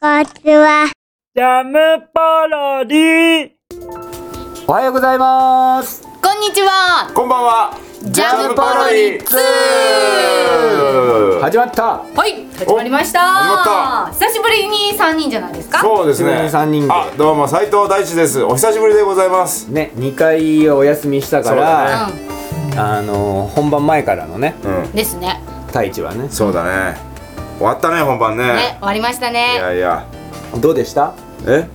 は。ジャムパロディおはようございますこんにちはこんばんは。ジャムパパロディツー。始まったはい始まりましたお始ま久しぶりに三人じゃないですかそうです急ね。に三人であ、どうも斉藤大地です。お久しぶりでございます。ね2回お休みしたかそうら、だうあのー本番前からのねうんん。ですね太一はねそうだね。終わったね本番ね。ね終わりましたいねやいや。どうでしたえ？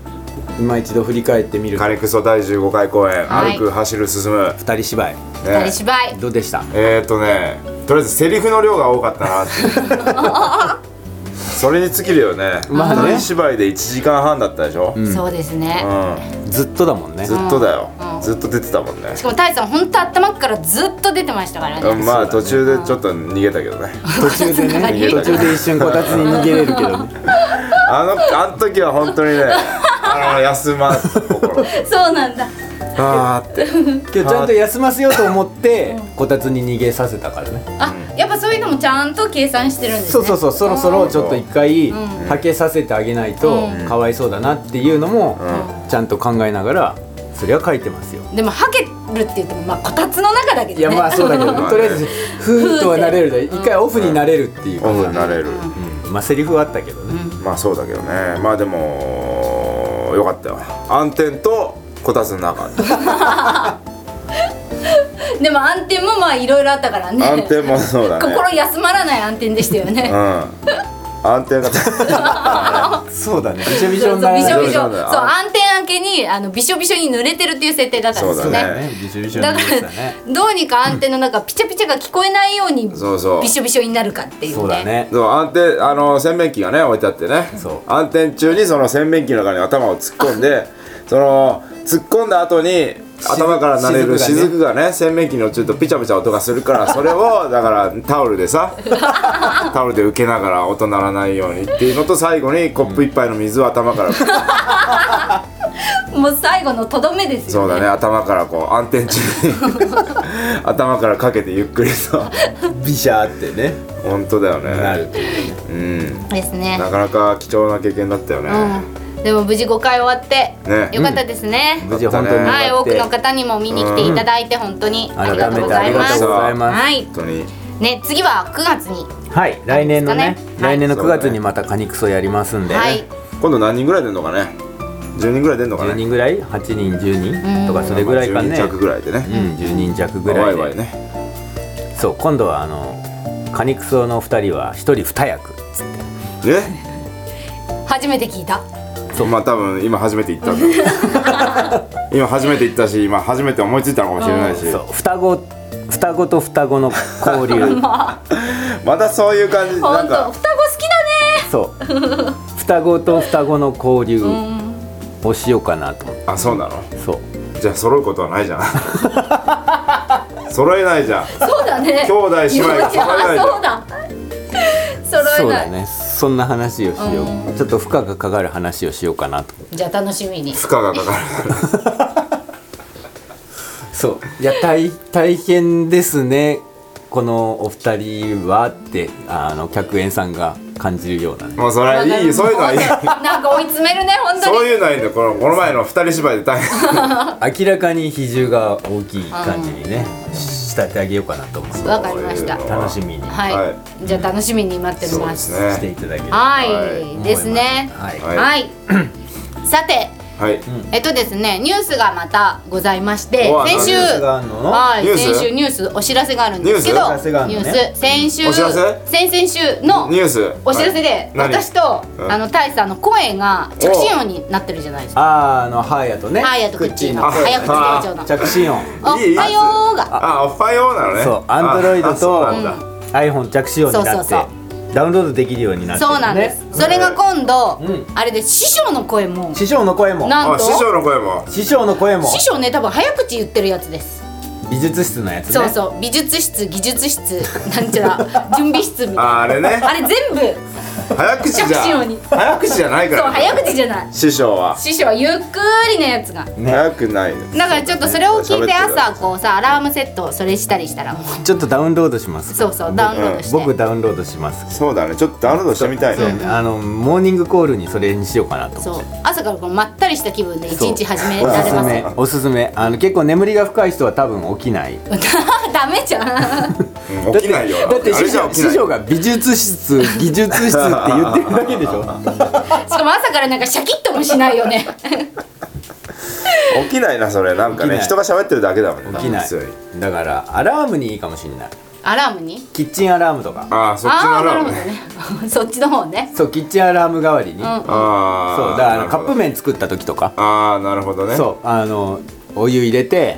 今一度振り返ってみるとカネクソ第15回公演、はい歩く走る進む。二人芝居二ね人芝居どうでしたえー、っとね、とりあえずセリフの量が多かったなっていう。それに尽きるよね。まあね二人芝居で1時間半だったでしょ。うん。そうですねずっとだもんねずっとだよ、うんずっと出てたもんねし。かもタイさん本当頭からずっと出てましたからうねんまあ途中でちょっと逃げたけど ね。途中で ね途中で一瞬こたつに逃げれ るけどねあの、あの時は本当にね、あの、休まず心。そうなんだあーって。今日ちゃんと休ませようと思ってこたつに逃げさせたからねあやっぱそういうのもちゃんと計算してるんですねそうそうそうそろそろちょっと一回んはけさせてあげないとうかわいそうだなっていうのもちゃんと考えながらそりゃ書いてますよでもはけるって言ってもまあこたつの中だけいでやねまあそうだけどねとりあえずふーっとはなれるで一回オフになれるっていうオかフになれる。うんまあセリフはあったけどねまあそうだけどね。まあでも、よかったよ。暗転と、こたつの 中。でも暗転もまあいろいろあったからね暗転もそうだね。心休まらない暗転でしたよねうん。暗転が、 そうだねびしょびしそょうそうになびらしょなびいしょそうそうだ暗転明けにあのびしょびしょに濡れてるっていう設定だったんですそようねだだねびしょびしょになからりましたねどうにか暗転の中ピチャピチャが聞こえないようにそうそうびしょびしょになるかっていうねそうだねそう、暗転、あの、洗面器がね、置いてあってね。そう暗転中に、その洗面器の中に頭を突っ込 んで、その、突っ込んだ後に、頭から慣れるしず雫がね洗面器に落ちるとピチャピチャ音がす るからそれをだからタオルでさタオルで受けながら音鳴らないようにっていうのと最後にコップ一杯の水を頭から、もう最後のとどめですそようだね頭からこう暗転中 に頭からかけてゆっくりとびしゃーってね本当だよねなるといううんですねなかなか貴重な経験だったよね、うんでも無事5回終わって、ねよかったですね、無事本当にうんはい終わ多ってくの方にも見に来ていただいて本当にありが改とうめごてざあいりまがすとうございますはい本当にね次は9月にはい来年のねですかねはい来年の9月にまたカニクソやりますんでねはい今度何人ぐらい出んのかね10人ぐらい出んのか10ね人ぐらい8人10人とかそれぐらいかねまあ10人弱ぐらいでうんね、 10人弱ぐワらイワいイでねそう今度はあのカニクソの2人は1人2役え初めて聞いたそうまあ多分今初めて行ったんだ 今初めて行ったし今初めて思いついたのかもしれないし、そう双子双子と双子の交流またそういう感じなん本当双か子好きだねそう双子と双子の交流をしようかなと思ってあそうなのそうじゃあ揃うことはないじゃ ん揃えないじゃんそうだね兄弟姉妹が揃えないじそうゃんだ揃そうえなだい、ねそんな話をしようちょっと負荷がかかる話をしようかなとじゃあ楽しみに負荷がかかるそういや大大変ですねこのお二人はってあの客演さんが感じるようなねもうそれはいいよそういう のはいいよなんか追い詰めるね本当にそういうのはいいんだよこのこの前の二人芝居で大変明らかに比重が大きい感じにね仕立て上げようかなと思うわかりましたそういうの楽しみにしはい、はじゃあ楽しみに待ってそうまですすねていただければはい、はいですねはいははいい、 さてはい、えっとですねニュースがまたございましてお先週ニュースがあんのはいニュース先週ニュースお知らせがあるんですけどニュースお知らせがあんのねニュース先週お知らせ先々週のニュースお知らせはいで何私とうんあの大さんの声が着信音になってるじゃないですかあーあのハーヤとねハーヤとクッチーのあ早口あ店長の着信音おはいいいよーがあおはようなのねそうアンドロイドあそうとなんだ iPhone 着信音になってそうそうダウンロードできるようになってるそうなんです、それが今度、うんあれで師匠の声も師匠の声もなんあと師匠の声も師匠の声も師匠ね多分早口言ってるやつです、美術室のやつねそう そう美術室技術室なんちゃら準備室みたいな ああれねあれ全部早口じゃ師匠に早口じゃないかそうら、早口じゃない師匠は、師匠はゆっくりなやつが早くないですだからちょっとそれを聞いて喋ってる朝こうさアラームセットをそれしたりしたらもうちょっとダウンロードしますそうそうダウンロードして、僕ダウンロードしますそうだねちょっとダウンロードしてみたいねあのモーニングコールにそれにしようかなとそ思っうて朝からこうまったりした気分で一日始めおらすれすますめよおすすめあの結構眠りが深い人は多分起きない ダメじゃんうん起きないよだってあれ師じゃ匠起きな師い匠が美術室技術室って言ってるだけでしょしかも朝からなんかシャキッともしないよ ね起きないなそれなん起かきねない人が喋ってるだけだもんね起きない強いだからアラームにいいかもしれないアラームにキッチンアラームとかああそっちああのーアなラるーほムどねね そっちの方ねそうキッチンアラーム代わりに、うんあそうあだからあのカップ麺麺作った時とかああなるほどねそうあのお湯入れて、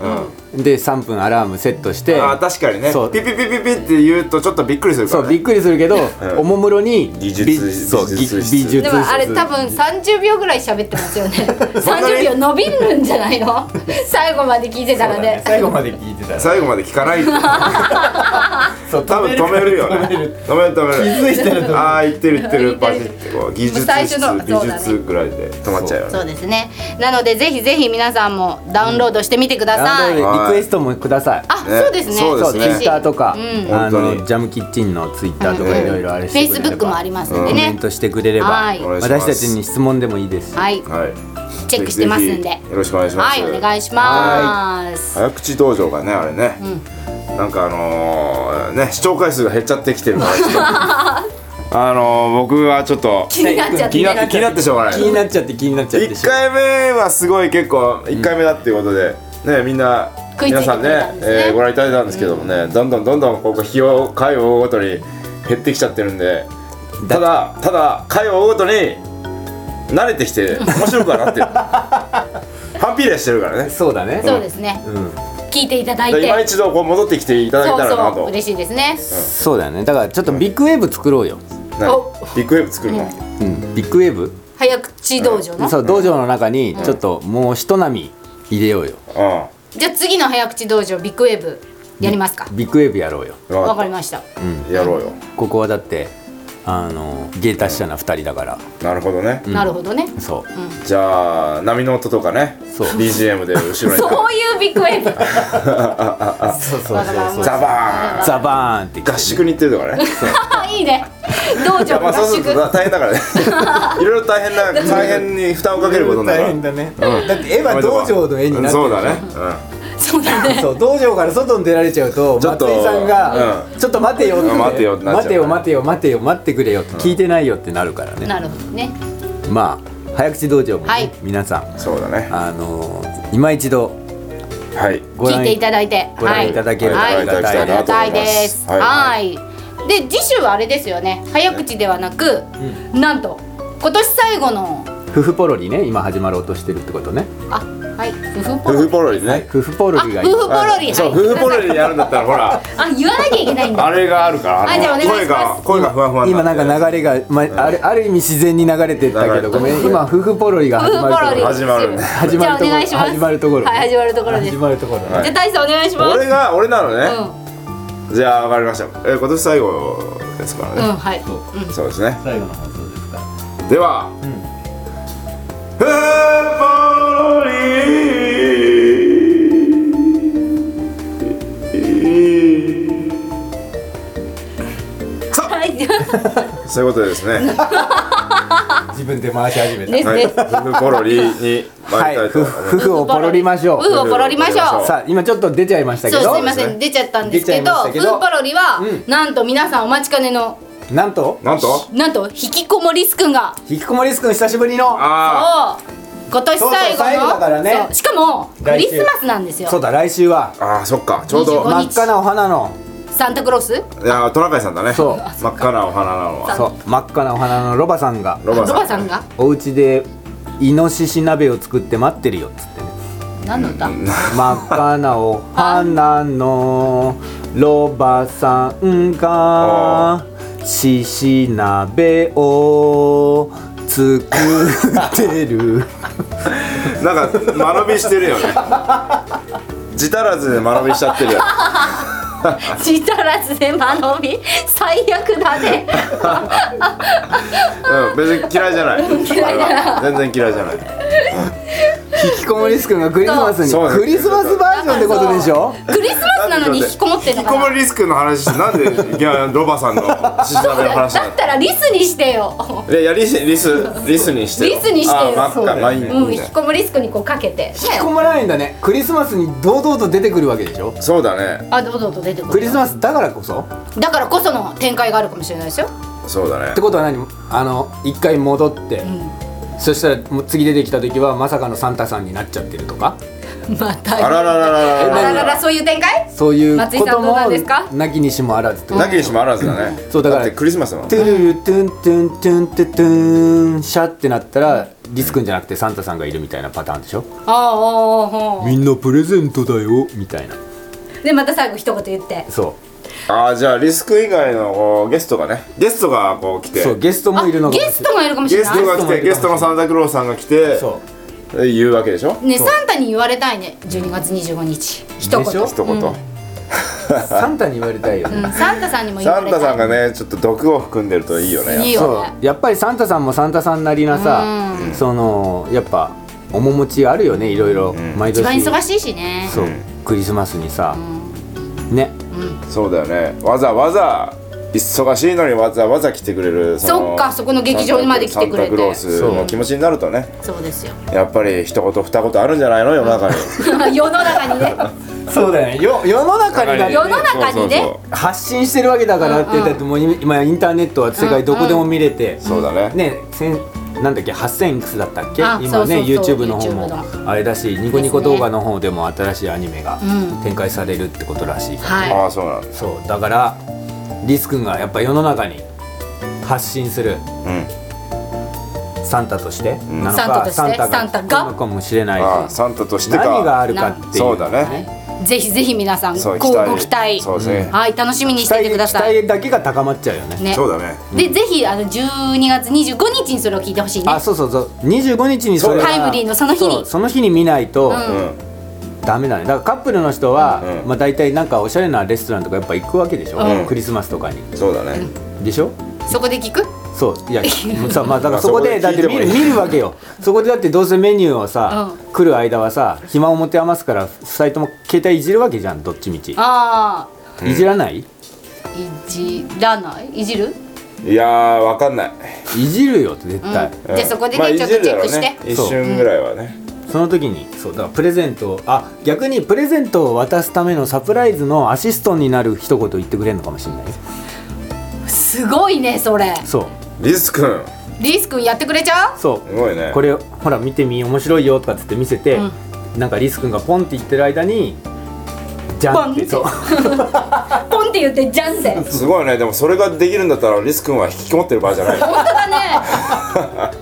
で3分アラームセットしてああ確かにねそうピピピピピって言うとちょっとびっくりするかそらうねびっくりするけど、んおもむろに技術びそう技技術術室美術でもあれ室多分30秒ぐらい喋ってますよね んなに30秒伸びるんじゃないの 最後まで聞いてたらね最後まで聞いてたら最後まで聞かないそう多分止めるよね 止める止める止める気づいたら止めるああ言ってる言って言っるてバるシッてこう技術最初室の美そうだ術ねぐらいで止まっちゃうよねそうですねなのでぜひぜひ皆さんもダウンロードしてみてくだなさのい、であリクエストもくださいねそうですねそうですねツイッターとか、うんあ本当のにジャムキッチンのツイッターとかいろいろあれしフェてイくスれブればックもありますんでコメねン、トしてくれれば、はいお願いします私たちに質問でもいいですしはいはいチェックしてますんでぜひぜひよろしくお願いしますはいお願いします早口道場がねあれね、なんかあのー、ね視聴回数が減っちゃってきてるからちょっとあのー、僕はちょっと気になっちゃっ気てになってね気になってしょうがない気になっちゃって気になっちゃって1回目はすごい結構1回目だっていうことで、ねみんな食いつい皆てさんくれねたんですねえーご覧いただいたんですけどもね、どんどんどんどんここ日を回を追うごとに減ってきちゃってるんでただただ回を追うごとに慣れてきて面白くは なってる反比例してるからねそうだねそうですね、うん聞いていただいだから今て一度こう戻ってきていただけそたうらなそとう嬉しいですねそうだよねだからちょっとビッグウェーブ作ろうよ、ねおビッグウェーブ作るの、うん、ビッグウェーブ早口道場のそう道場の中にちょっともうひと波入れようようんじゃあ次の早口道場ビッグウェーブやりますかビッグウェーブやろうよわかかりましたったやろうよここはだってあの芸達者な2人だからなるほどね、なるほどねそう、じゃあ波の音とかねそう BGM で後ろにそういうビッグウェーブそうそうそうそうザバーンザバーンって合宿に行ってると かねあいいね道場まのあそ合うすると宿大変だからねいろいろ大変な大変に負担をかけることになる大変だね、だって絵は道場の絵になってるそうだね、そうだね そう道場から外に出られちゃうとちょっと松井さんが、うちょっと待てよ」ってうん待てよってなっちゃう待てよ待てよ待てよ待ってくれよ」って聞いてないよってなるからね、なるほどねまあ早口道場もね、はい皆さうんん、そうだねあのー今一度はいご聞い覧ていただいてご覧いただければはいありがたいありがたいですはいはいで次週はあれですよね早口ではなくなんと今年最後の夫婦ポロリね今始まろうとしてるってことねあはい夫婦ポ夫ロリ婦ポロリはいね夫婦ポロあリが夫婦ポロリそうはい夫婦ポロリやるんだったらほらあ言わなきゃいけないんだあれがあるからあじゃあお願いします声が声がふわふわに今ななってんか流れが、まあるある意味自然に流れてったけどごめん今夫婦ポロリが夫始婦まポるとロリこ始まるね始まるとじゃあおころ願いします始まるところはい始まるところです始まるところねじゃあ大佐お願いします俺が俺なのね、うじゃあわかりました。えー今年最後ですからんうね。んはいそうですね。最後の放送ですかでは。フーはい ポロリ。そういうことでです ね。自分で回し始めたですはい。ですフーポロリに参はりいたい夫と思います。婦夫婦をポロリましょう夫婦をポロリましょう夫婦をポロリましょうさあ今ちょっと出ちゃいましたけそうどすいません出ちゃったんですけ出ちゃどいましたけどフーポロリは、うなんと皆さんお待ちかねのなんとなんと。なんと引きこもりすくんが引きこもりすくん久しぶりのあそう今年最後そうそう最後のだからねそうしかもク来リ週スマスなんですよそうだ来週はあ。ああ、そっか。ちょう25ど。真っ赤なお花のサンタクロースいやー、トナカイさんだね。そう真っ赤なお花なのは。そう真っ赤なお花のロバさんがロロバさん。がお家でイノシシ鍋を作って待ってるよっつってね何の歌真っ赤なお花のロバさんがしし鍋を作ってるなんか、間延びしてるよね。自足らずで間延びしちゃってるよ。ちたらずで間延び最悪だねうん、別に嫌いじゃない。嫌いじゃないあれは全然嫌いじゃない。引きこもりスくんがクリスマスそうそうにクリスマスバージョンってことでしょクリスマスなのに引きこもってん引のきこもかりなリスクの話してなんでいやロバさんのししなべの話なだったらリスにしてよ のいやいやリスリスリスにしてよリスにしてよあまあまあまあいいねうんいい引ねきこもりスクにこうかけて引きこもらないんだねクリスマスに堂々と出てくるわけでしょそうだねあどうぞどうぞ出てくるクリスマスだからこそっだからこその展開があるかもしれないですよそうだねてことは何あの一回戻って、そしたらもう次出てきた時はまさかのサンタさんになっちゃってるとかまたあらららららあらららららそういう展開そういう松井こさんとどうもなんですかなきにしもあらずってことなきにしもあらずだねそうだからってクリスマスだもんトゥルルトゥントゥントゥントゥントゥンシャってなったらリスくんじゃなくてサンタさんがいるみたいなパターンでしょあああああみんなプレゼントだよみたいなあでまた最後一言言ってそあーじゃあリスク以外のこうゲストがねゲストがこうう来てそうゲストあもいるのかもしれなゲいストがいるかもしゲれスないトが来てゲストのサンタクロースさんが来てそ言うわけでしょねサンタに言われたいね12月25日一言でしょう一言、うサンタに言われたいよねんサンタさんにも言サわンれたタいさんがねちょっと毒を含んでるといいよねいいよそねうやっぱりサンタさんもサンタさんなりなさそのやっぱ面持ちあるよねいろいろ毎一年番忙しいしねそうクリスマスにさねそうだよねわざわざ忙しいのにわざわざ来てくれるのそっかそこの劇場にまで来てくれてサンタクロースの気持ちになるとねそうですよ やっぱり一言二言あるんじゃないの世の中に世の中にねそうだよねよ世の中にだって世の中にねそうそう発信してるわけだからって、だってもう今インターネットは世界どこでも見れて、そうそうだねねせんなんだっけ8000いくつだったっけあ今ねそうそうそう YouTube の方 YouTube もあれだしニコニコ動画の方でも新しいアニメがう展開されるってことらしいから、はいああそうなんですそうだからリス君がやっぱ世の中に発信するうんサンタとしてなのサンタとしかてサンタサンタがが来るのかもしれないああしサンタとしてか何があるかっていうそうだねぜひぜひ皆さんそうごご期待そうですねはい楽しみに期していてく待だ期さい待だけが高まっちゃうよねねそうだねでぜひあの12月25日にそれを聞いてほしいねあそうそうそう25日にそれそがうタイムリーのその日にそうその日に見ないと、うんダメだねだからカップルの人は、うんまあ、大体なんかおしゃれなレストランとかやっぱ行くわけでしょ、うんクリスマスとかにそうだねでしょそこで聞くそういやもうさまあだかまらあそこでそだこっで聞いてて見もいいる見るわけよそこでだってどうせメニューをさ、来る間はさ暇を持て余すから2人とも携帯いじるわけじゃんどっちみちあいじらないあいじらないいじるいやーわかんないいじるよって絶対、でうんそこでねまあいちょっじとるだろうチェックね一瞬ぐらいはねその時にそうだからプレゼントをあ逆にプレゼントを渡すためのサプライズのアシストになる一言言ってくれるのかもしれないすごいねそれそうリス君リス君やってくれちゃうそうすごいねこれほら見てみ面白いよとかっつって見せて、なんかリス君がポンって言ってる間にじゃんってポそンうっポンって言ってじゃんぜすごいねでもそれができるんだったらリス君は引きこもってる場合じゃな い本当だ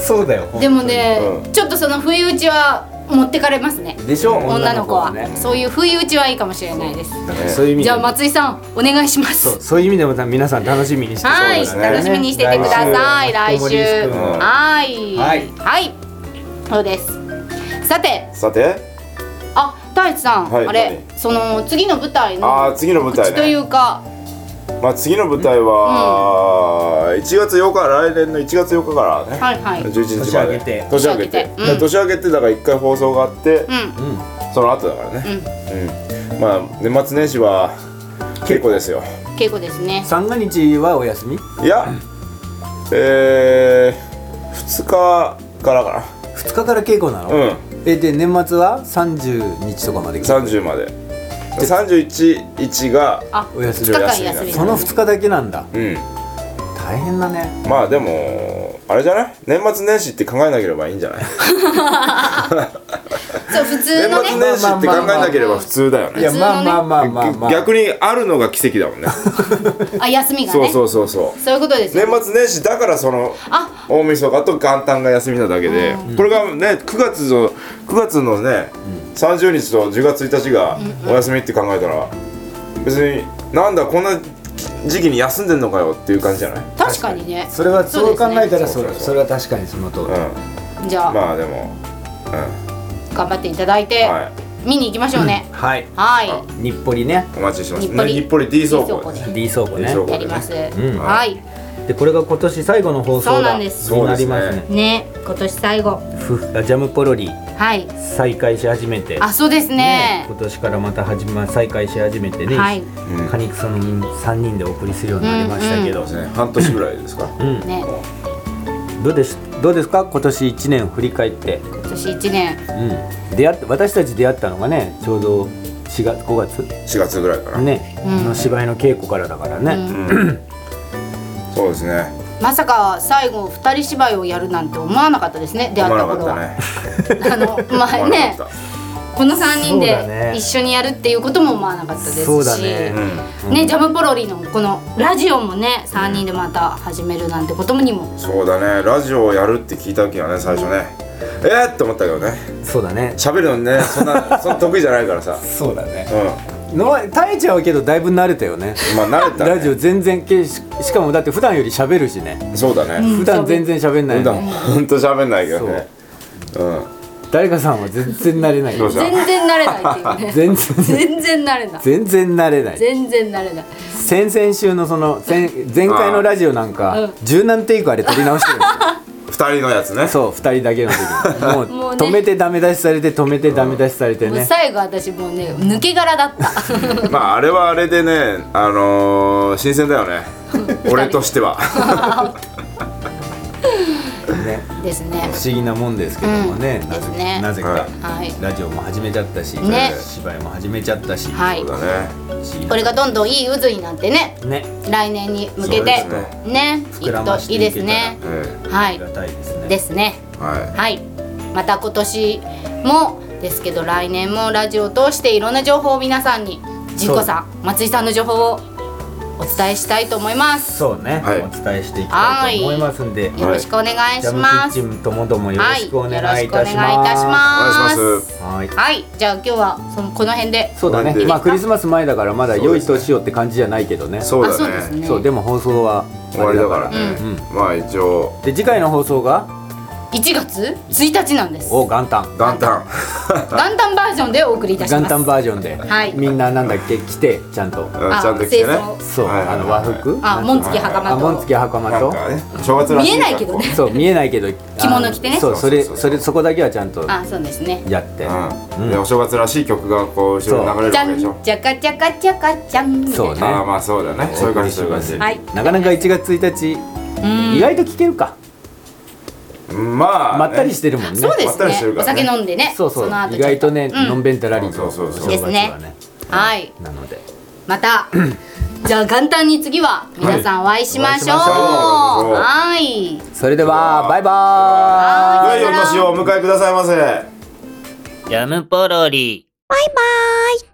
そうだよねでもねうちょっとその不意打ちは持ってかれますねでしょ女の子はねそういう不意打ちはいいかもしれないですそういう意味じでゃあも松井さんお願いしまそうすそういう意味でも皆さん楽しみにしてそうはい、ですね楽しみにしててください来週来週小森リス君もはいはいはいそうですさてさてあ太一さん、はいあれその次の舞台あのー次の舞台口といねうかまあ次の舞台は1月8日来年の1月8日からねはいはい11日まで年年明明けけててで年明けてだから1回放送があってうんその後だからねうんまあ年末年始は結構ですよ稽古ですね三が日はお休みいやえー2日からか二日から稽古なの、なうんえで年末は三十日とかまで30まで311があお休2日間休みお休みみその二日だけなんだうん大変だねまあでもあれじゃない年末年始って考えなければいいんじゃないそう普通年の末ね年始って考えなければ普通だよいねや普通のねまあまあまあまあまあ逆にあるのが奇跡だもんねあ休みがそうねそうそうそうそういうことです年よ末年始だからそのあ大晦日と元旦が休みなだけで、これがね9月の9月のね、30日と10月1日がお休みって考えたら別になんだこんな時期に休んでんのかよっていう感じじゃない、確かにねそれはそう考えたらそそうでれすねそれは確かにその通りうん、じゃあまあでも、頑張っていただいてはい見に行きましょうね、はいはい日暮里ねお待ちしてます日暮里ね日暮里 D 倉倉庫庫で D 倉庫ね D 倉庫やります、んはいでこれが今年最後の放そう送ながんにですそうなですりねますねね今年最後ふジャムポロリはい再開し始めてあそうですね今年からまた始ま再開し始めてね、はいん果肉その3人でお送りするようになりましたけど、そうですね半年ぐらいですかうんねどうですどうですか今年1年を振り返って、今年1年うん、出会って私たち出会ったのがねちょうど4月5月4月ぐらいからね、うんあの芝居の稽古からだからね、 そうですねまさか最後二人芝居をやるなんて思わなかったですね出会思ったわなか頃ったは、ねあの思まあわなねかっこの3人そうだでね一緒にやるっていうことも思わなかったですしそうだねたうんねジャムポロリのこのラジオもね3人でまた始めるなんてことにもそうだねラジオをやるって聞いた時はね最初ねえーって思ったけどねそうだね喋るのねそんなそんな得意じゃないからさそうだねうんの耐えちゃうけどだいぶ慣れたよねまあ慣れたねラジオ全然けししかもだって普段より喋るしねそうだね普段全然喋んない普よ段ねほんと喋んないけどねうん誰かさんは全然慣れないどうし全然慣れないっていうね全然 全然慣れない全然慣れない全然慣れない先々週のその前前回のラジオなんうんか柔軟テイクあれ取り直してるんですよ二人のやつねそう2人だけの 時もうもうね止めてダメ出しされて止めてダメ出しされてもうね最後私もうね抜け殻だった まああれはあれでねあのー新鮮だよね俺としてはねですね不思議なもんですけどもね,、うんなぜですねなぜか、はいはいラジオも始めちゃったし、ね芝居も始めちゃったし、はいそうだねこれがどんどんいい渦になってねね来年に向けてそうですねい膨らくとましいていいでけたらすねえはありいがたいですねですねえははいまた今年もですけど来年もラジオを通していろんな情報を皆さんにジンコさん松井さんの情報をお伝えしたいと思いますそうね、はいお伝えしていきたいと思いますんで、いよろしくお願いしジャムまキすッチンともどもよろはしくお願いいよろたししくお願いいたしまますお願いしますすはいはいじゃあ今日はそのこの辺でそうだなんでねまあクリスマス前だからまだ良い年をって感じじゃないけどねいそうあそうでだすねねそうでも放送は終わりだからあれねうんまあ一応で次回の放送が1月1日なんですお元旦元旦元旦バージョンでお送りいたします元旦バージョンで、はいみんななんだっけ着てちゃんとうんあちゃんと来てね清掃そう、はいはいあの和服あ紋付き袴とあ紋付き袴なんとかね正月らしい見えないけどねそう見えないけど着物着てねあのそうそれそうそうそうそれそこだけはちゃんとあそうですねやってうんでお正月らしい曲がこう後ろに流れるじゃわけでんしじょゃかじゃかじゃかじゃんみたいそなうねああまあそうだねそういう感じそういう感じはいなかなか1月1日、意外と聞けるかまあねまったりしてるもんねそうでまったりしすてねるおから酒ね飲んでねそうそうの後意外とね、うんのんべんたらりとそうそうお正月そうはですねはいなのでまたじゃあ元旦に次は皆さんお会いしましょう。は。はいそれではバイバーイは良いお年をお迎えくださいませジャムポロリ。バイバイ